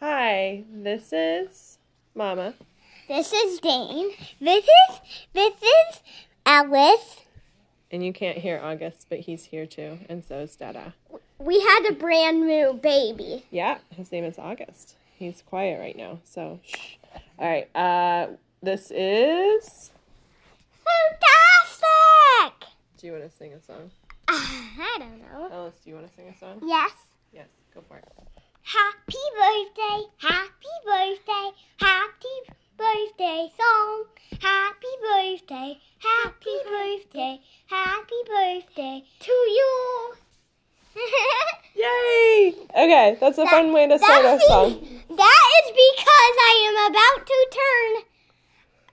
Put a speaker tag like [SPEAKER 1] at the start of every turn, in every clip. [SPEAKER 1] Hi, this is Mama.
[SPEAKER 2] This is Dane. This is this is Alice.
[SPEAKER 1] And you can't hear August, but he's here too, and so is Dada.
[SPEAKER 2] We had a brand new baby.
[SPEAKER 1] Yeah, his name is August. He's quiet right now, so shh. All right, uh, this is.
[SPEAKER 2] Fantastic!
[SPEAKER 1] Do you want to sing a song?
[SPEAKER 2] I don't know.
[SPEAKER 1] Alice, do you want to sing a song?
[SPEAKER 2] Yes.
[SPEAKER 1] Yes, go for it.
[SPEAKER 2] Happy birthday, happy birthday, happy birthday song. Happy birthday, happy birthday, happy birthday to you.
[SPEAKER 1] Yay! Okay, that's a fun way to start our
[SPEAKER 2] That's
[SPEAKER 1] song.
[SPEAKER 2] be- That is because I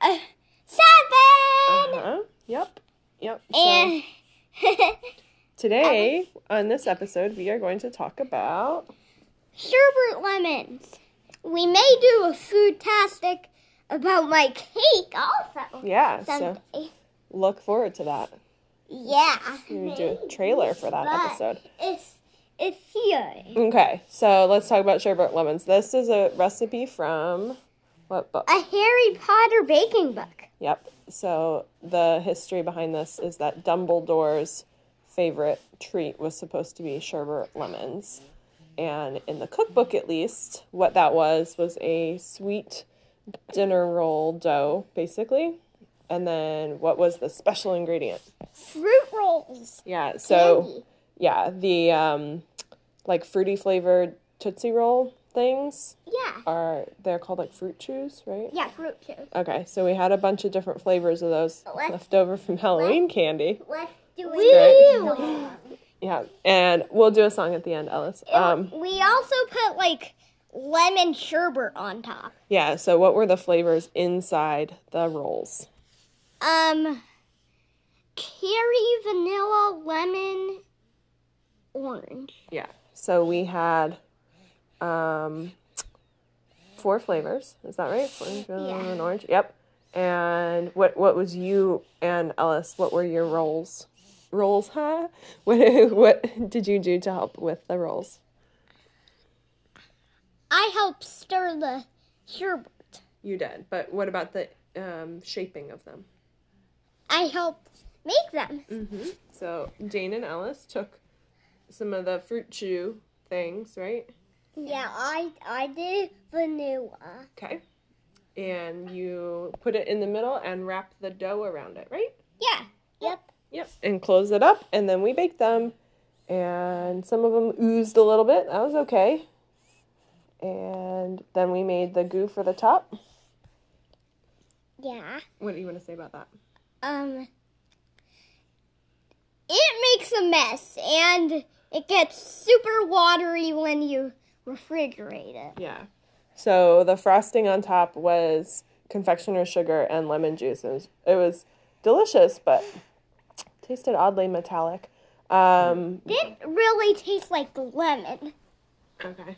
[SPEAKER 2] am about to turn uh, 7
[SPEAKER 1] Uh-huh. Yep. Yep. So
[SPEAKER 2] And
[SPEAKER 1] today on this episode, we are going to talk about
[SPEAKER 2] sherbet lemons. We may do a food tastic about my cake also
[SPEAKER 1] yeah. So
[SPEAKER 2] someday.
[SPEAKER 1] look forward to that.
[SPEAKER 2] yeah.
[SPEAKER 1] We're gonna do a trailer for that
[SPEAKER 2] But
[SPEAKER 1] episode.
[SPEAKER 2] It's it's here.
[SPEAKER 1] Okay, so let's talk about sherbet lemons. This is a recipe from what book?
[SPEAKER 2] A Harry Potter baking book.
[SPEAKER 1] Yep. So the history behind this is that Dumbledore's favorite treat was supposed to be sherbet lemons. And in the cookbook, at least, what that was was a sweet dinner roll dough, basically. And then what was the special ingredient?
[SPEAKER 2] Fruit rolls.
[SPEAKER 1] Yeah, so
[SPEAKER 2] Candy.
[SPEAKER 1] yeah, the um, like fruity flavored Tootsie Roll things
[SPEAKER 2] Yeah.
[SPEAKER 1] are they're called like fruit chews, right?
[SPEAKER 2] Yeah, fruit too.
[SPEAKER 1] Okay, so we had a bunch of different flavors of those
[SPEAKER 2] What?
[SPEAKER 1] left over from Halloween candy.
[SPEAKER 2] Let's do
[SPEAKER 1] Great.
[SPEAKER 2] it.
[SPEAKER 1] Yeah, and we'll do a song at the end, Ellis. Um,
[SPEAKER 2] we also put like lemon sherbet on top.
[SPEAKER 1] yeah, so what were the flavors inside the rolls?
[SPEAKER 2] Um, cherry, vanilla, lemon, orange.
[SPEAKER 1] Yeah. So we had um, four flavors. Is that right? Orange, vanilla,
[SPEAKER 2] Yeah.
[SPEAKER 1] and orange. Yep. And what what was you and Ellis? What were your roles? Roles, huh? What what did you do to help with the rolls?
[SPEAKER 2] I help stir the sherbet.
[SPEAKER 1] You did, but what about the um, shaping of them?
[SPEAKER 2] I help make them.
[SPEAKER 1] So Dane and Ellis took some of the fruit chew things, right?
[SPEAKER 2] Yeah, I I did vanilla.
[SPEAKER 1] Okay. And you put it in the middle and wrap the dough around it, right?
[SPEAKER 2] Yeah. Yep.
[SPEAKER 1] Yep. And close it up, and then we bake them. And some of them oozed a little bit. That was okay. And then we made the goo for the top.
[SPEAKER 2] Yeah.
[SPEAKER 1] What do you want to say about that?
[SPEAKER 2] Um. It makes a mess, and it gets super watery when you refrigerate it.
[SPEAKER 1] Yeah. So the frosting on top was confectioner's sugar and lemon juice. It was, it was delicious, but tasted oddly metallic. Um,
[SPEAKER 2] It really tastes like lemon.
[SPEAKER 1] okay.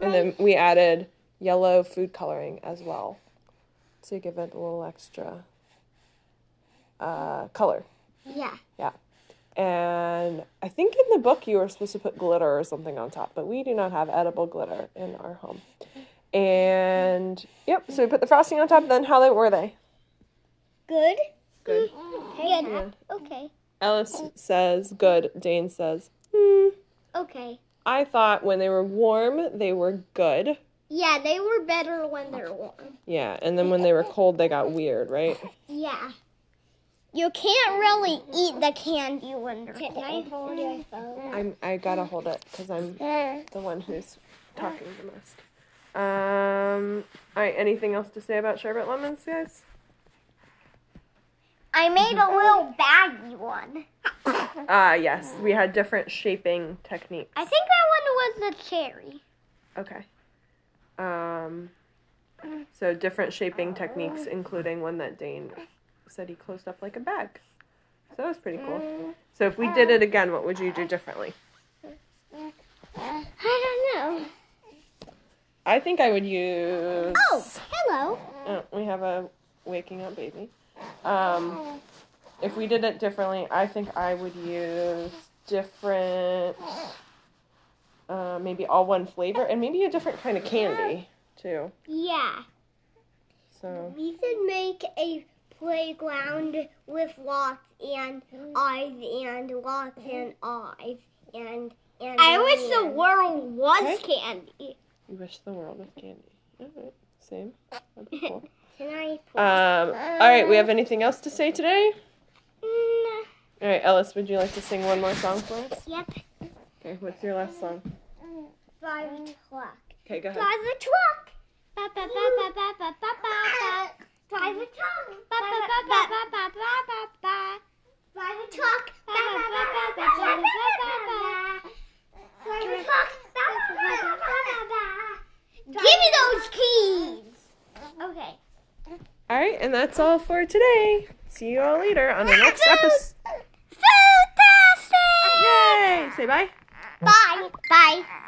[SPEAKER 1] And then we added yellow food coloring as well to give it a little extra uh, color.
[SPEAKER 2] Yeah.
[SPEAKER 1] Yeah. And I think in the book you were supposed to put glitter or something on top, but we do not have edible glitter in our home. And yep, so we put the frosting on top. Then how they were they?
[SPEAKER 2] Good.
[SPEAKER 1] Good.
[SPEAKER 2] Good. Okay.
[SPEAKER 1] Ellis says good. Dane says, hmm.
[SPEAKER 2] Okay.
[SPEAKER 1] I thought when they were warm they were good.
[SPEAKER 2] Yeah, they were better when they're warm.
[SPEAKER 1] Yeah, and then when they were cold they got weird, right?
[SPEAKER 2] Yeah. You can't really eat the candy when they're Can I hold your phone?
[SPEAKER 1] I'm I gotta hold it because I'm
[SPEAKER 2] Mm-hmm.
[SPEAKER 1] the one who's talking the most. Um. All right. Anything else to say about sherbet lemons, guys?
[SPEAKER 2] I made a little baggy one.
[SPEAKER 1] Ah, yes. We had different shaping techniques.
[SPEAKER 2] I think that one was the cherry.
[SPEAKER 1] Okay. Um, so different shaping techniques, including one that Dane said he closed up like a bag. So that was pretty cool. So if we did it again, what would you do differently?
[SPEAKER 2] Mm-hmm. I don't know.
[SPEAKER 1] I think I would use.
[SPEAKER 2] Oh, hello.
[SPEAKER 1] Uh, we have a waking up baby. Um, if we did it differently, I think I would use different uh, maybe all one flavor, and maybe a different kind of candy too.
[SPEAKER 2] Yeah.
[SPEAKER 1] So
[SPEAKER 2] We should make a playground with lots and eyes and lots and eyes and and. Mm-hmm. I wish the world was candy.
[SPEAKER 1] you wish the world with candy. All right, same. That'd be cool.
[SPEAKER 2] Can I? Put,
[SPEAKER 1] Um, all right, we have anything else to say today?
[SPEAKER 2] Mm,
[SPEAKER 1] All right, Ellis, would you like to sing one more song for us?
[SPEAKER 2] yep.
[SPEAKER 1] Okay, what's your last song?
[SPEAKER 2] By the truck.
[SPEAKER 1] Okay, go ahead.
[SPEAKER 2] By the truck. Ba ba ba ba ba ba ba ba ba. By the truck. Ba ba ba ba ba ba ba ba ba. By the truck. Ba ba ba ba ba ba ba ba ba. By the truck. Ba ba ba ba ba ba ba. Give me those keys. Okay.
[SPEAKER 1] All right, and that's all for today. See you all later on the next episode.
[SPEAKER 2] Fantastic.
[SPEAKER 1] Yay! Say bye.
[SPEAKER 2] Bye. Bye.